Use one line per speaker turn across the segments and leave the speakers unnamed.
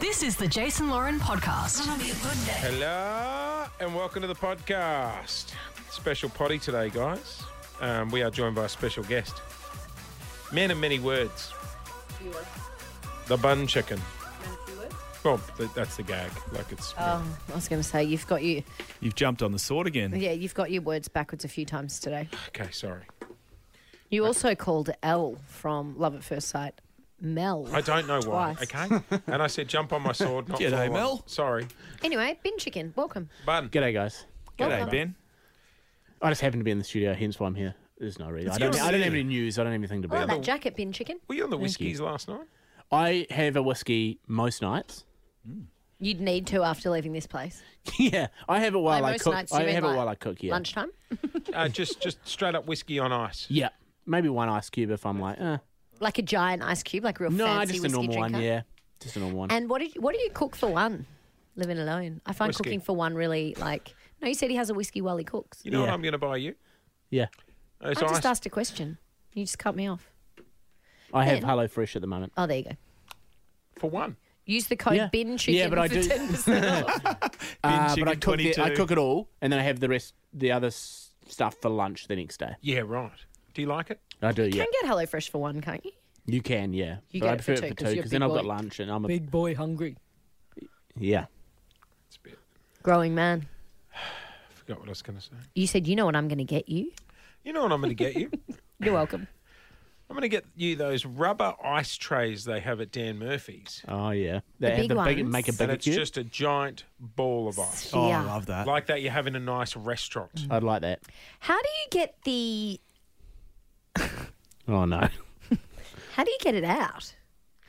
This is the Jason Lauren podcast.
Hello and welcome to the podcast. Special potty today, guys. Um, we are joined by a special guest. Man of many words. The bun chicken. Well, th- that's the gag. Like it's.
Um, I was going to say you've got you
You've jumped on the sword again.
yeah you've got your words backwards a few times today.
Okay, sorry.
You also called L from Love at First Sight Mel.
I don't know why.
Twice.
Okay. And I said, jump on my sword. Not
G'day,
fall on-
Mel.
Sorry,
Anyway, bin chicken, welcome.
bun.
G'day, guys.
G'day,
Welcome.
Ben.
I just happen to be in the studio, hence why I'm here. There's no reason. I don't,
yours.
I don't have any news. I don't have anything to
Oh,
bring.
that jacket, bin chicken.
Were you on the whiskies last night?
I have a whiskey most nights.
You'd need to after leaving this place.
yeah, I have it while
By
I
most
cook.
nights, you
I
mean
have
like
it while I cook. Yeah,
Lunchtime.
Uh, just, just straight up whiskey on ice.
yeah. Maybe one ice cube if I'm like, eh.
Like a giant ice cube, like a real
no,
fancy
just a
whiskey
normal
drinker.
one. Yeah, just a normal one.
And what did you, what do you cook for one? Living alone, I find
Whiskey.
cooking for one really like. No, you said he has a whiskey while he cooks.
You know what
Yeah.
I'm going to buy you?
yeah,
It's
I just
ice.
asked a question. You just cut me off.
I have
Ben.
Hello Fresh at the moment.
Oh, there you go.
for one.
Use the code
Yeah.
bin chicken
Yeah, but I
for
do-
ten percent off.
Uh,
chicken
but I cook, the-
22.
I cook it all, and then I have the rest, the other s- stuff for lunch the next day.
Yeah, right. Do you like it?
I do. Yeah,
You can get HelloFresh for one, can't you?
you can. Yeah,
You
but
get
I
it for
prefer
two,
it
'cause
for two
you're a
because then
big
I've got
boy.
lunch and I'm a
Big boy hungry.
yeah.
It's a bit.
Growing man.
I forgot what I was going to say.
You said, you know what I'm going to get you?
You know what I'm going to get you?
You're welcome.
I'm going to get you those rubber ice trays they have at Dan Murphy's.
Oh yeah, they
big
have the big,
ones.
make a
and
bigger
it's
cube.
just a giant ball of ice.
Oh,
Yeah.
I love that.
Like that you have in a nice restaurant.
I'd like that.
How do you get the.
Oh no,
How do you get it out?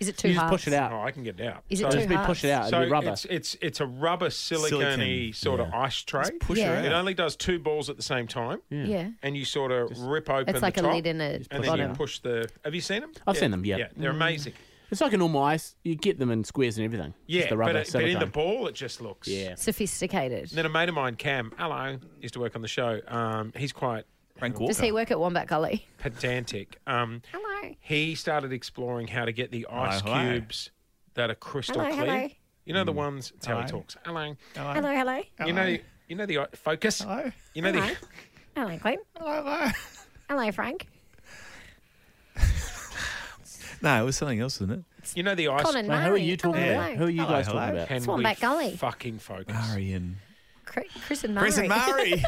Is it too
you just
hard?
push it out.
Oh, I can get it out.
Is it
so
too
Just be
hard?
push it out.
so
It'd be rubber.
it's it's it's a rubber silicone
Silicone,
sort of ice tray.
push her
Yeah.
It
out.
only does two balls at the same time,
Yeah.
and you sort of rip open
It's like
the
a
top,
lid in a
and then
bottom.
you push the. Have you seen them?
I've seen them, yeah. Mm.
yeah, they're amazing.
It's like a normal ice. You get them in squares and everything.
Yeah,
just the rubber
but, it, but in the
silicone.
ball, it just looks.
Yeah.
Sophisticated.
And then a mate of mine, Cam, hello, used to work on the show. Um, he's quite
Frank
Does
Walker.
he work at Wombat Gully?
pedantic. Um,
Hello.
he started exploring how to get the ice
Hello, hello.
cubes that are crystal
Hello,
clear.
hello.
You know the ones. That's how he
Hello.
talks. Hello.
Hello, hello.
You know. You know the i- focus.
Hello.
You know
Hello. Hello, Clint. Hello, Frank.
No, it was something else, wasn't it?
the. You know the ice.
Colin
Wait,
Murray.
who are you talking
Hello,
about?
hello.
Who are you
Hello,
guys
hello.
talking about?
Can
Swan
we
Back Gully.
fucking focus?
Marion.
Cri- Chris and Murray.
Chris and Mari.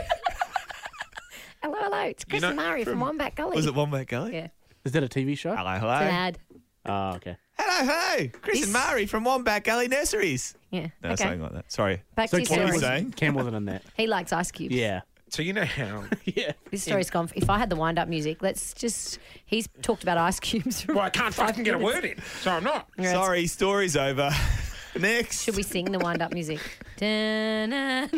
hello, hello. It's Chris
know,
and Murray from, Wombat Gully.
was it One Back Gully?
Yeah.
Is that a TV show?
Hello, hello.
Dad.
Oh, okay.
Hello, hello. Chris
This-
and Mari from One Back Gully Nurseries.
Yeah.
No,
okay.
something like that. Sorry.
Back to your
What were you
story.
saying?
Cam wasn't in that.
He likes ice cubes.
Yeah.
So you know how.
Yeah.
This story's gone. If I had the wind up music, let's just. He's talked about ice cubes. For
Well, I can't fucking get a word in, so I'm not.
Yeah, it's-
Sorry, story's over. Next.
Should we sing the wind up music? Dun-dun.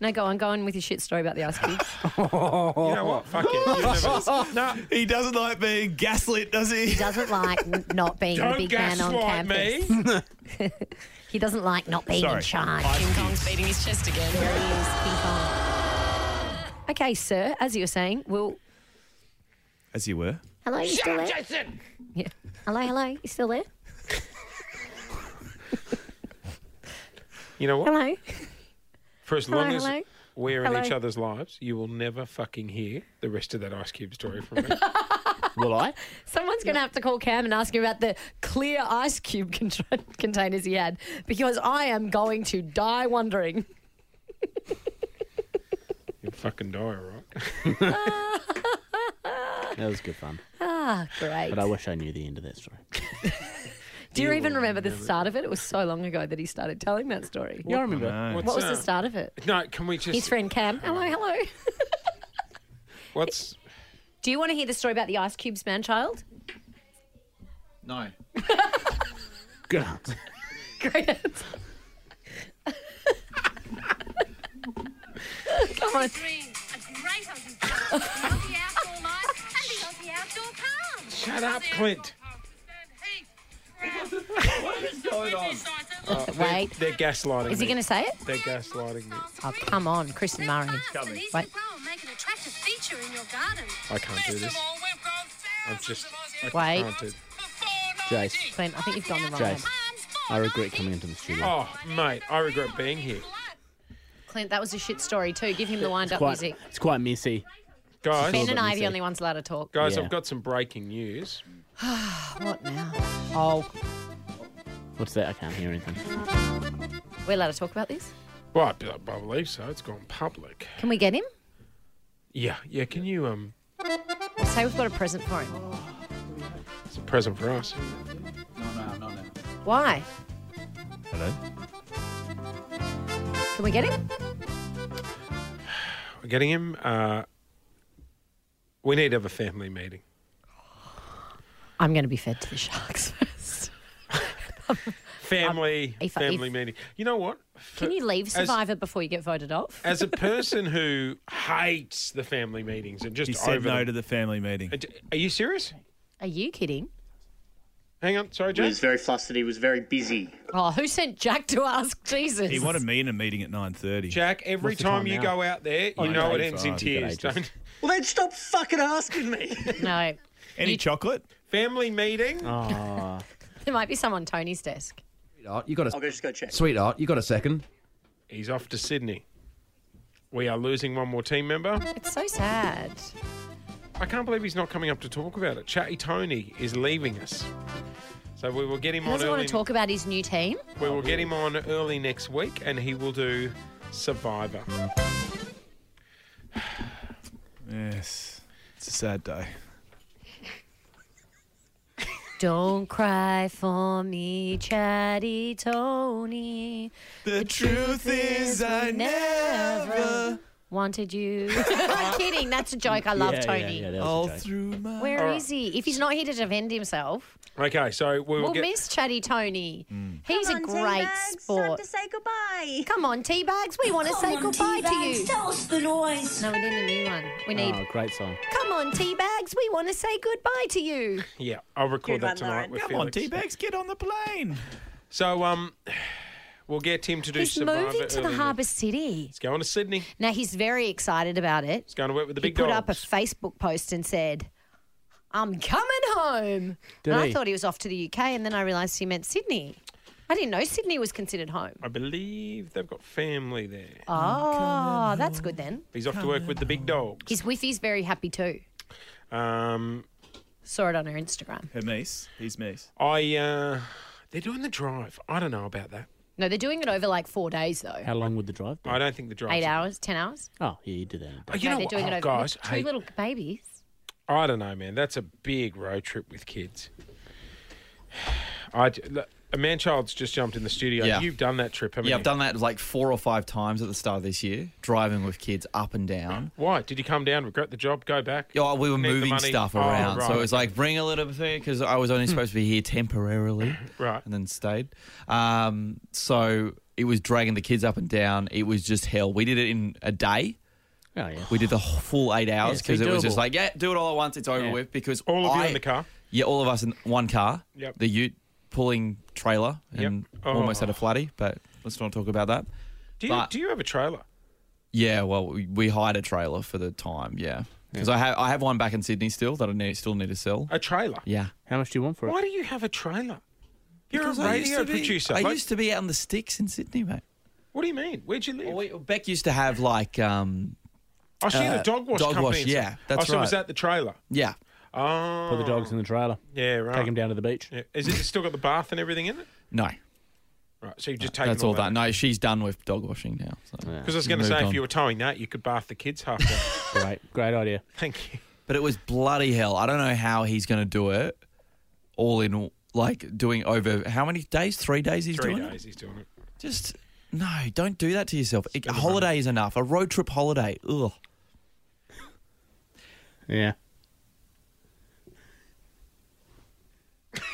no, go on. Go on with your shit story about the ice cubes.
Oh.
You know what? Fuck it. You never- no,
He doesn't like being gaslit, does he?
He doesn't like n- not being a
don't
big man on
gaslight
campus.
me.
He doesn't like not being in
Sorry.
charge.
King Kong's beating his chest again.
There he is, King Kong. Okay, sir, as you were saying, we'll.
As you were.
Hello, you still there?
Jason.
Yeah. Hello, hello, you still there?
You know what?
Hello.
For as
Hello,
long as
hello.
we're in
Hello.
each other's lives, you will never fucking hear the rest of that Ice Cube story from me.
Will I?
Someone's going to have to call Cam and ask him about the clear ice cube con- containers he had because I am going to die wondering.
You'll fucking die, all right?
That was good fun.
Ah, great.
But I wish I knew the end of that story.
Do you even remember the start of it? It was so long ago that he started telling that story.
Yeah, I remember.
What's,
What was
uh,
the start of it?
No, can we just?
His friend Cam. Hello, hello.
What's?
Do you want to hear the story about the ice cubes man child?
Good answer.
Great answer. Come on.
Green, a great Aussie farm. the Aussie outdoor life and the Aussie outdoor farm.
Shut up, Clint.
what is going on?
Wait.
They're gaslighting.
Is he going to
to?
say it?
They're gaslighting me.
Oh, come on, Chris and Murray. Wait.
I can't do this. I'm just. I
Wait.
can't do-
Jace.
Clint, I think you've gone the wrong
Jace.
way.
I regret coming into the studio.
Oh, mate, I regret being here.
Clint, that was a shit story too. Give him the wind up
quite,
music.
it's quite messy.
Guys,
Feel
Ben and
that
I are the
music.
only ones allowed to talk.
guys,
Yeah.
I've got some breaking news.
What now? Oh,
What's that? I can't hear anything.
we're allowed to talk about this.
Well, I be- I believe so. It's gone public.
Can we get him?
Yeah, yeah. Can you um?
Say we've got a present for him.
It's a present for us.
Why?
Hello.
Can we get him?
We're getting him. Uh, we need to have a family meeting.
I'm going to be fed to the sharks first.
Family,
if-
family
if-
meeting. You know what? For-
Can you leave
as-
Survivor before you get voted off?
As a person who hates the family meetings and just
He said
over
no
them-
to the family meeting.
Are you serious?
Are you kidding?
Hang on, sorry,
He was
James.
very flustered. He was very busy.
Oh, who sent Jack to ask Jesus?
He wanted me in a meeting at nine thirty.
Jack, every
What's the
time,
time
you
now?
go out there, you know it
days.
ends in
Oh, you got
tears.
ages.
Don't.
Well, then stop fucking asking me.
No,
Any chocolate?
Family meeting.
Oh,
there might be some on Tony's desk.
Sweetheart, you got
I'll
a
go just go check.
sweetheart. You got a second?
He's off to Sydney. We are losing one more team member.
It's so sad.
I can't believe he's not coming up to talk about it. Chatty Tony is leaving us. So we will get him
He
on
doesn't
early.
want to talk about his new team.
We will get him on early next week and he will do Survivor.
Yes. It's a sad day.
Don't cry for me, chatty Tony.
The truth is, I never
Wanted you. I'm kidding. That's a joke. I love
yeah,
Tony.
Yeah, yeah, that
all
was a joke.
through my.
Where is
All right.
he? If he's not here to defend himself,
Okay, so we will
we'll
get
miss Chatty Tony. He's a great sport.
say goodbye.
Come on, teabags. We want to say goodbye to you.
Tell us the noise.
No, we need a new one. We need.
Oh, great song.
Come on, teabags. We want to say goodbye to you.
Yeah, I'll record
Good
that
one,
tonight
Lauren.
with
Come on,
Felix.
D bags, get on the plane.
So um we'll get him to do
He's
Survivor.
moving to the
early
Harbour
next-
City.
He's going to Sydney. He's
Now he's very excited about it.
going to work with the
he
big
put
dogs.
up a Facebook post and said, "I'm coming home."
Did
and I
he?
thought he was off to the UK, and then I realised he meant Sydney. I didn't know Sydney was considered home.
I believe they've got family there.
Oh, that's good then.
He's off to work with the big dogs.
His wifey's very happy too.
Um
Saw it on her Instagram.
Her niece. His niece.
I uh they're doing the drive. I don't know about that.
No, they're doing it over like four days though.
How long would the drive be?
I don't think the drive.
Eight hours, ten hours.
Oh, yeah, you did that. in a day.
Oh, you
no,
know
they're
what?
doing
oh,
it over
guys,
two
hey,
little babies.
I don't know, man. That's a big road trip with kids. I j- look, a man child's just jumped in the studio.
Yeah.
You've done that trip, haven't
Yeah,
you?
I've done that like four or five times at the start of this year, driving with kids up and down.
Why did you come down? Regret the job? Go back?
Oh, we were
Need the
moving
money.
stuff
Oh,
around, so
right. Hmm.
it was like bring a little bit because I was only supposed to be here temporarily,
Right.
And then stayed. Um, so it was dragging the kids up and down. It was just hell. We did it in a day.
Oh, yeah.
We did the wh- full eight hours
it's pretty
because it was
doable.
just like, yeah, do it all at once. It's over
Yeah.
with because
All of you
I-
in the car.
Yeah, all of us in one car.
Yep.
The Ute pulling trailer and
Oh.
almost had a flatty, but let's not talk about that.
Do you,
But-
do you have a trailer?
Yeah, well, we, we hired a trailer for the time. Yeah, because I have I have one back in Sydney still that I need, still need to sell.
A trailer?
Yeah,
How much do you want for it?
Why do you have a trailer? You're
Because
a
I used
radio
to be-
producer.
I
Like,
used to be out in the sticks in Sydney, mate.
What do you mean? Where'd you live?
Well, we, Beck used to have like um
oh, she had a
uh,
dog wash
dog
company.
wash,
and stuff.
yeah, that's
oh, so was
right.
that the trailer?
yeah
Oh,
Put the dogs in the trailer.
Yeah, right.
Take them down to the beach.
Yeah. Is it still got the bath and everything in it?
no
Right. So you just take
Uh, that's all that
that.
no she's done with dog washing now. So.
Because I was going to
Moved
say, if
on.
you were towing that, you could bath the kids half halfway.
Great, great idea.
Thank you.
But it was bloody hell. I don't know how he's going to do it all in like doing over how many days? Three days he's
Three
doing
days he's doing it.
it. Just no, don't do that to yourself. It- a holiday is enough. A road trip holiday. Ugh.
Yeah.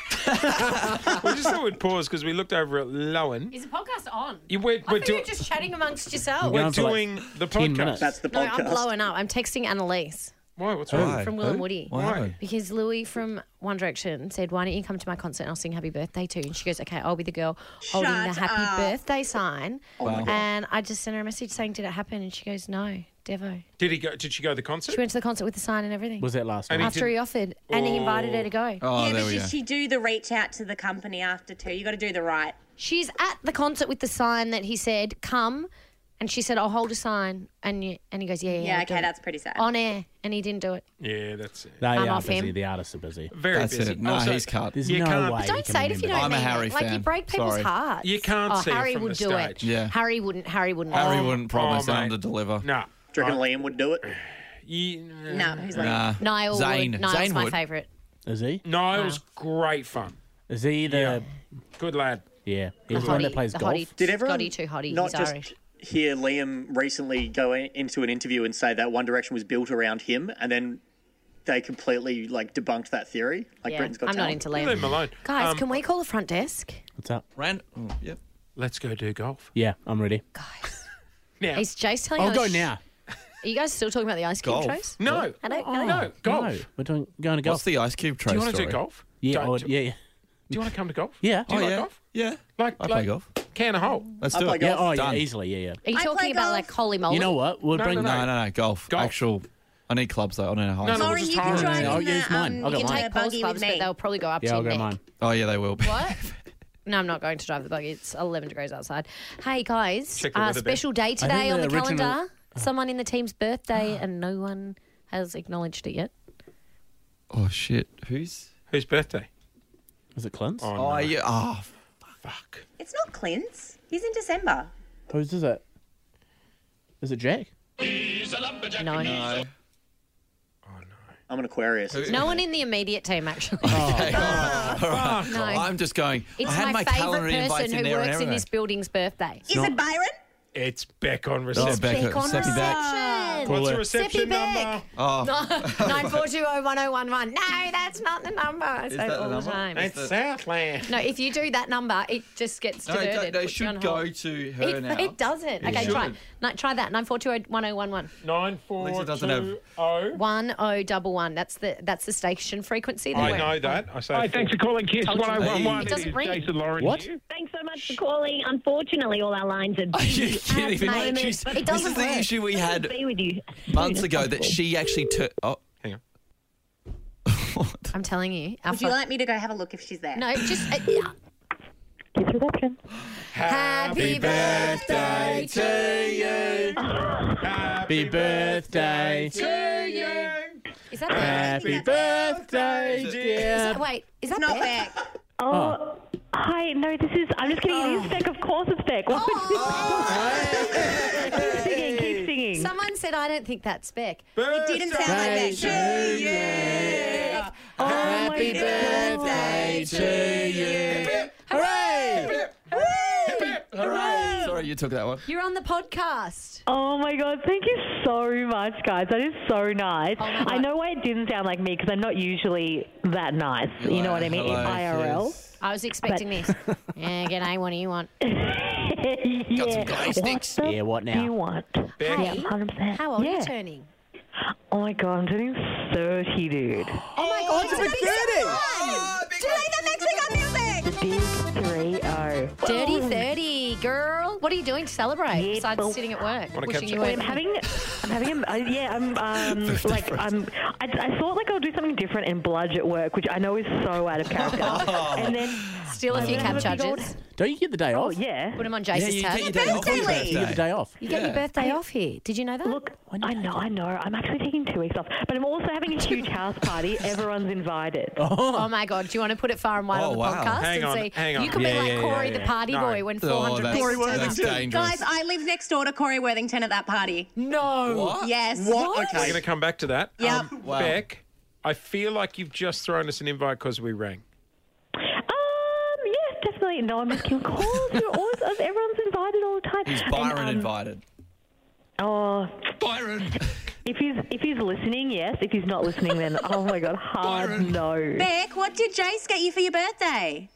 we just thought we'd pause because we looked over at Lowen.
Is the podcast on?
You- We're,
I
we're,
thought
do-
you were just chatting amongst yourselves.
we're
Going for like
doing the
10
podcast.
minutes.
That's the
No,
podcast.
I'm blowing up. I'm texting Annalise
Why? What's wrong?
Why?
from Will and Woody.
Why?
Because Louis from One Direction said, Why don't you come to my concert and I'll sing happy birthday to you? And she goes, Okay, I'll be the girl holding the
Shut
happy
up.
birthday sign.
Wow.
Oh
And I just sent her a message saying, Did it happen? And she goes, No, Devo.
Did he go? Did she go to the concert?
She went to the concert with the sign and everything.
Was that last
And
night?
he
after he
didn't-
offered, and he invited her to go.
Oh,
yeah,
there
but
we
she,
go.
she do the reach out to the company after too. You got to do the right.
She's at the concert with the sign that he said, "Come," and she said, "I'll hold a sign," and you, and he goes, "Yeah, yeah."
Yeah,
I'll do
okay,
it."
that's pretty sad.
on air, and he didn't do it.
Yeah, that's it.
They
I'm
are
off
busy.
him.
The artists are busy.
Very
That's
busy.
it. No,
Also,
he's cut.
There's
You can't-
no way.
Don't
he can
say it if you
remember.
don't
I'm a
mean
Harry
it. Like you
fan.
break people's
Sorry.
hearts.
You can't
oh,
see it
Harry
from
would
the
do it.
stage.
Yeah.
Harry wouldn't. Harry wouldn't.
Harry
Oh.
wouldn't promise
oh,
them to
mate.
deliver.
No.
Do you reckon Liam would do it?
You,
No, he's like,
Nah.
Niall
Zane.
would. Niall's
Zane
my
would.
favourite.
Is he?
Niall's great fun.
Is he the?
Good lad.
Yeah.
The
He's the one that
hottie-
plays
the
golf.
hottie-
Did everyone
Scotty too hottie?
not
He's
just
Irish.
hear Liam recently go in, into an interview and say that One Direction was built around him, and then they completely like debunked that theory? Like
Yeah,
Britain's Got
I'm not
Talent.
into
Leave him
Liam.
alone.
Guys,
Um,
can we call the front desk?
What's up?
Ran- oh, yep.
let's go do golf.
Yeah, I'm ready.
Now,
Is Jace telling
I'll
us?
go now.
Are you guys still talking about the ice cube
Golf.
trays?
no,
Hello, hello.
no, golf.
No, we're doing, going to golf.
What's the ice cube trace
Do you want to
story?
do golf?
yeah,
do,
I would,
do,
yeah, yeah,
do you want to come to golf?
yeah.
Do you
Oh,
like
yeah.
golf?
Yeah.
Like,
I
like
play golf.
Can a hole.
Let's
I
do
play
it.
yeah. Oh,
Done.
yeah, easily. Yeah, yeah.
Are you
I
talking
play
about
golf.
like holy moly?
You know what? We'll
No,
bring.
no,
No, no, no. Golf.
Golf.
Actual. I need clubs though. I don't know how.
No, no,
No,
we'll
Sorry,
just
you
hire
can
him.
drive
I'll
in
use
the,
mine.
um,
I'll
you
go
can take
mine.
Take buggy
buggy
clubs,
with
but
me.
they'll probably go up
Yeah,
to
I'll
your
go
neck.
mine.
Oh yeah, they will be.
What? no, I'm not going to drive the buggy. It's 11 degrees outside. Hey guys,
Check the
uh,
weather, Ben.
special day
think
today on
the
the
original-
calendar.
Ah.
Someone in the team's birthday, and no one has acknowledged it yet.
Oh shit. Who's?
Whose birthday?
Is it Clint's?
Oh,
Oh
no.
yeah. Oh.
fuck.
it's not Clint's. He's in December.
Whose is it? Is it Jack?
No,
I'm an Aquarius.
no one in the immediate team actually. No.
I'm just going.
It's
Oh, I had
my,
my, calendar
favourite
invites
person
in
who
there
works
and
in this
everything.
building's birthday.
Is it Byron?
It's back on
Oh,
reception.
Becca,
Beck on
Steppy back.
reception.
What's the
Pull it.
reception
Zippy back.
number?
Oh,
Nine four two zero one zero one one. No, that's not the number. I say
that
it
the
all the,
number?
time.
It's Southland.
No, if you do that number, it just gets
no,
diverted.
it, it
puts you on
should
hold.
go to her
It,
now.
it doesn't. okay, try.
shouldn't.
No, try that. Nine four two zero one zero one one.
Nine four
Lisa doesn't
two
have-
oh.
One oh double one. That's the that's the station frequency. That
I
we're
know
at.
that. I say.
Hi, thanks for calling KISS
Told you.
1011.
It doesn't
is
ring.
Jason Lauren
What?
here.
Thanks so much for calling. Unfortunately, all our lines are
Are you kidding
Mate,
me?
it
She's- This
doesn't
is the
work.
issue we had
be with you.
months ago that she actually took. Oh,
Hang on.
I'm telling you. our
Would you
fo-
like me to go have a look if she's there?
No, just. Uh, yeah. Happy birthday
to you.
Happy birthday
to you.
Is that Beck?
Happy birthday,
Is
dear.
that, wait, is that
Not
Beck?
back.
Oh, hi. No, this is. I'm just kidding. It is Beck. Of course, it's Beck. What? keep singing. Keep singing.
Someone said I don't think that's Beck.
It didn't sound like
Birthday
that.
Happy birthday to you. Hooray!
sorry, you took that one.
You're on the podcast.
Oh my God! Thank you so much, guys. That is so nice.
Oh my God.
I know why it didn't sound like me because I'm not usually that nice. you know what I mean?
Hello,
IRL.
yes.
I was expecting this. yeah, g'day. What do you want?
yeah.
some glow sticks.
What the
Yeah, what
do
now?
you want?
Hey,
Yeah, 100%.
how old
yeah.
are you turning?
Oh my god, I'm turning 30, dude.
Oh my God, it's a big
Oh,
Big 3 0.
Dirty 30, girl. What are you doing to celebrate
Yeah,
besides
well-
sitting at work?
Wanna
wishing
catch
you
up?
were-
I'm having, I'm having, a, uh, yeah, I'm, um, like, I'm, I, I thought like I'll do something different and bludge at work, which I know is so out of character.
Oh.
and then,
Still a few
gonna
cab
have a big old-
charges.
Don't you get the day
oh
off?
yeah,
Put them on
Yeah,
Jace's
you
tab.
get your day off on
Birthday.
You
your
get the
birthday.
day off.
You get your
Yeah.
birthday off here. Did you know that?
look, I know, I know, I'm actually taking two weeks off, but I'm also having a huge house party. Everyone's invited.
Oh my God! Do you want to put it far and wide
Oh,
on the
wow.
podcast
Hang
and
on,
see?
hang on.
You can be
Yeah,
like
yeah,
Corey,
yeah,
the party
yeah.
boy, when
Oh,
400
that's,
people turn
that's
up.
dangerous.
Guys, I live next door to Corey Worthing at that party.
No.
What?
Yes.
What?
We're
Okay.
going to come back to that. Um,
Yep.
Wow.
Beck, I feel like you've just thrown us an invite because we rang.
Um, yeah, definitely. No, I'm just kidding. Of course, you're awesome. Everyone's invited all the time.
Is
And, um,
Byron invited?
Oh,
Byron.
if he's if he's listening, yes. If he's not listening, then oh my god, hard
Byron.
no.
Beck, what did Jace get you for your birthday?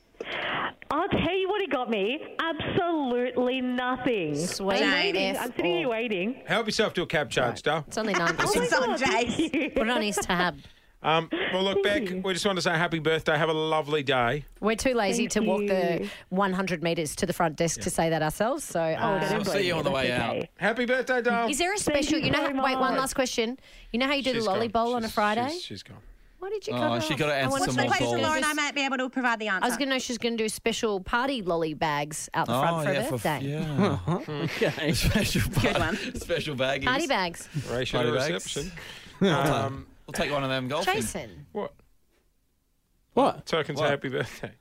I'll tell you what he got me. Absolutely nothing.
Sweet
I'm waiting.
F
I'm sitting here
all.
waiting.
Help yourself to a cab charge, Duff.
Oh
It's only nine percent.
It's on Jace.
Put it on his tab.
Um, well, look, Beck, we just wanted to say happy birthday. Have a lovely day.
We're too lazy
Thank
to walk the
you.
100 metres to the front desk to say that ourselves. So,
Oh,
uh,
don't
I'll
blame
see you
me,
on the
that's
way out.
okay.
Happy birthday, doll.
is there a special?
you
You, know,
so
how, wait, one
much.
last question. You know how you do
She's
the lolly
gone.
bowl on a
She's-
Friday?
She's, she's gone.
Why did you
Oh,
cut off?
she gotta
I
answer
wanna-
some
The
more
question,
balls.
Lauren, I might be able to provide the answer.
I was going to know she's going to do special party lolly bags out the
Oh,
front for
yeah,
a
for f-
birthday.
yeah.
Okay.
special bag,
one.
Special baggies.
Party bags.
Ratio
Party bags.
reception.
Um, we'll take one of them golfing.
Jason.
What?
What?
So I can say
What?
happy birthday.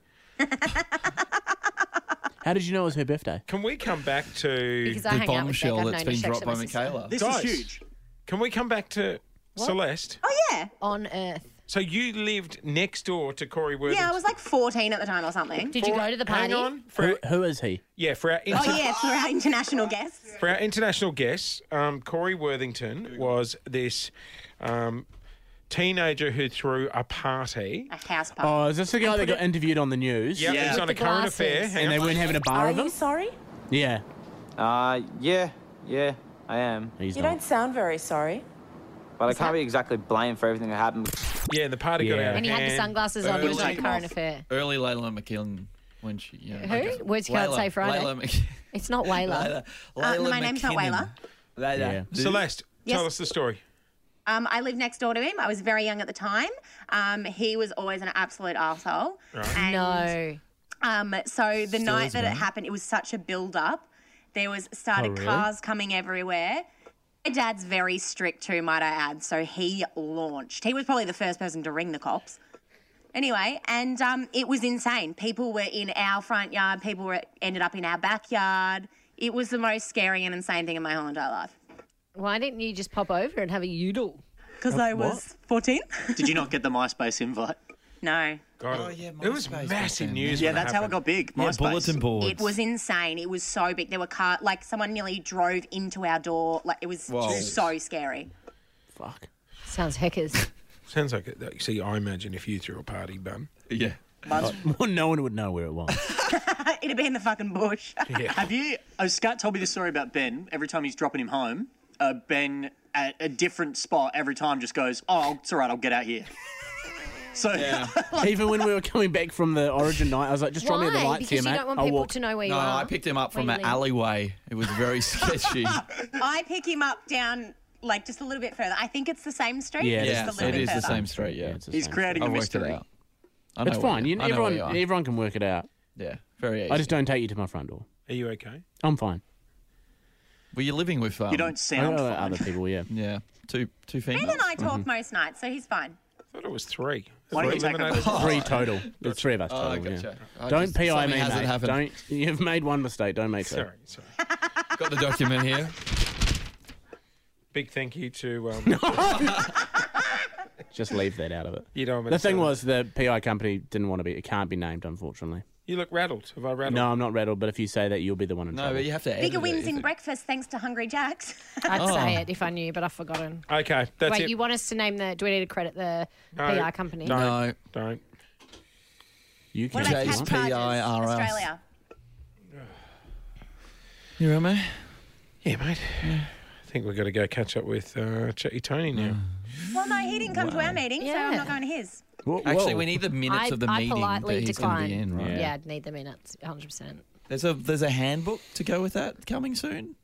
How did you know it was her birthday?
Can we come back to?
Because I
the
hang out with Beck.
bombshell
I've
that's
known
been
she checks
dropped
on
by
my sister.
Michaela.
This
Guys.
is huge.
Can we come back to Celeste?
Oh, yeah.
On earth.
So you lived next door to Corey Worthington.
Yeah, I was like 14 at the time or something.
Did you go to the party?
Hang on. For
Who,
our,
who is he?
yeah, for our inter-
Oh, yeah, for our international guests.
For our international guests, um, Corey Worthington was this um, teenager who threw a party.
A house party.
Oh, is this the guy that got interviewed on the news?
Yeah, he's on a
With the
current
glasses.
affair. Hang
And they
on.
weren't having a bar of him?
sorry?
Yeah.
Uh, yeah, yeah, I am.
He's
You
not.
don't sound very sorry.
But I can't be exactly blamed for everything that happened.
yeah, and the party got
Yeah.
out. of
And he had the
hand.
sunglasses on. It
We'll
was on a
take them
current
off.
affair.
Early Layla McKeon when she. Yeah,
Who?
okay.
Words you can't
Layla-
say Friday.
Layla McKeon.
It's not Wayla.
Layla, Layla
Uh, my name's not
McKinnon.
Layla.
Layla.
Yeah.
Celeste, tell
Yes.
us the story.
Um, I lived next door to him. I was very young at the time. Um, he was always an absolute asshole. And,
No.
Um, so the night that it happened, it was such a build up. There was started cars coming everywhere. My dad's very strict too, might I add. So he launched. He was probably the first person to ring the cops. Anyway, and um, it was insane. People were in our front yard. People were ended up in our backyard. It was the most scary and insane thing in my whole entire life.
Why didn't you just pop over and have a yoodle?
Because I was 14?
Did you not get the MySpace invite?
no.
God,
Oh,
it-
yeah,
it was
MySpace was
massive
down
news.
Yeah,
when
that's how it
happened.
got big.
Yeah,
MySpace.
bulletin boards.
It was insane. It was so big. There were car like someone nearly drove into our door. Like it was
Whoa.
so scary.
Fuck.
Sounds heckers.
Sounds like it. like, See, I imagine if you threw a party, bun.
Yeah.
Well, no one would know where it was.
It'd be in the fucking bush.
Yeah.
Have you? Oh, Scott told me this story about Ben. Every time he's dropping him home, uh, Ben at a different spot every time just goes, "Oh, it's all right. I'll get out here." So
Even when we were coming back from the Origin night, I was like, just drop me
Why?
at the lights
because
here,
you
mate.
don't want
I'll
people
walk.
to know where
No,
you are.
I picked him up from
Where
an
you live.
alleyway. It was very sketchy.
I pick him up down like just a little bit further. I think it's the same street.
Yeah,
just
yeah,
a little
it
bit
is
further.
the same street. Yeah,
It's the
he's
same.
creating
I
a
worked it
mystery.
out. I know
It's
where
fine. You,
I know where
everyone,
you are.
everyone can work it out.
yeah, very easy.
I just don't take you to my front door.
Are you okay?
I'm fine.
Were you living with? Um,
You don't
I
sound.
know
fine.
other people, yeah.
Yeah, two two
Ben
females.
and I talk most nights, so he's fine.
I thought it was three.
Why don't you
Three
take a
eliminated?
Three total. There's three of us total.
Oh,
yeah.
gotcha. I
Don't
just-
PI me,
something hasn't
mate.
happened.
Don't. You've made one mistake. Don't make it.
Sorry, sorry.
Got the document here.
Big thank you to. Um,
Just leave that out of it.
you know, I'm
The thing
um,
gonna say-
was, the PI company didn't want to be. It can't be named, unfortunately.
you look rattled. Have I rattled?
No, I'm not rattled. But if you say that, you'll be the one in
No,
trouble.
but you have to. edit
Bigger
it,
wins
you
in
think.
breakfast thanks to Hungry Jack's.
I'd
Oh.
say it if I knew, but I've forgotten.
Okay, that's
Wait,
it.
you want us to name the? Do we need to credit the
No.
PR company?
No.
No,
Don't.
You
What
can.
about
Jack's
Cat Chargers,
PIRS?
Australia?
you right, mate.
Yeah, mate. I think we've got to go catch up with uh, Chetty Tony now.
Well, no, he didn't come to our meeting, so I'm
Yeah.
not going to his.
Whoa,
Actually,
whoa.
we need the minutes
I,
of the
I
meeting
politely
that he's going
decline.
to be in, right?
Yeah, I'd need the minutes, 100. percent
There's a there's a handbook to go with that coming soon.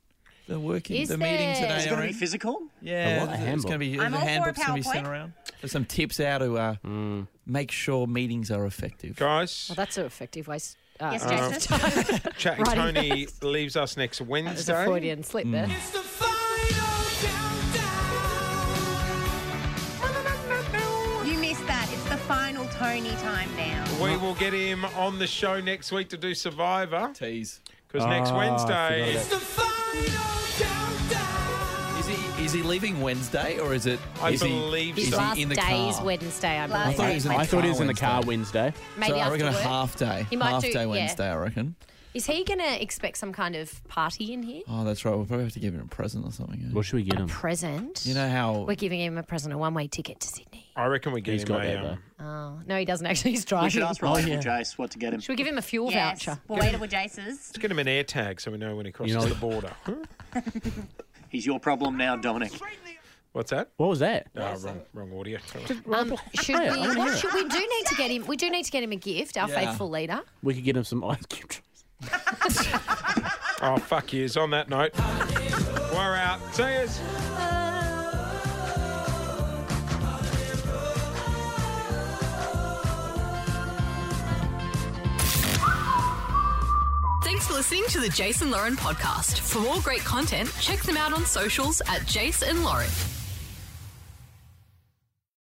The working
Is
the meeting
there? Is
today.
It's going to
Aaron.
be physical.
yeah,
A what? A
it's going to be
I'm
the
all for a
handbook's going to be sent
PowerPoint.
around. There's some tips how to uh, make sure meetings are effective.
Guys,
Well, that's an effective waste. Uh,
Oh.
Yes,
uh,
Jason.
Chatty
Righty.
Tony leaves us next
There's a
Wednesday.
Freudian slip there.
Mm.
You missed that. It's the final Tony time now.
We will get him on the show next week to do Survivor
Tease.
because next Wednesday.
Is he is he leaving Wednesday or is it?
I
is
believe
he,
His
is
last
he in the
day is
car?
Wednesday, I
Last
believe.
thought he was in the
I thought he was in the
Wednesday.
car Wednesday.
Maybe
so I
after
reckon a
work.
half day.
He might
half
do-
day
yeah.
Wednesday, I reckon.
Is he going to expect some kind of party in here?
Oh, that's right. We'll probably have to give him a present or something. eh?
What should we get him?
Present.
You know how
We're giving him a present, a one-way ticket to Sydney.
I reckon we get
He's
him
got
a,
that,
um,
Oh no, he doesn't actually. He's
We
driving.
should ask
Should
Reliable Jace what to get him.
we give him a fuel
Yes.
voucher?
We'll wait at Jace's.
Let's get him an air tag so we know when he crosses
know-
the border.
He's your problem now, Dominic.
What's that?
What was that?
Oh, wrong, wrong audio.
Um, should
Yeah,
we?
I wanna hear it.
should we do need to get him? We do need to get him a gift. Our
Yeah.
faithful leader.
We could get him some ice cube.
oh, fuck yous. On that note, we're out. See yous.
Thanks for listening to the Jason Lauren podcast. For more great content, check them out on socials at Jason Lauren.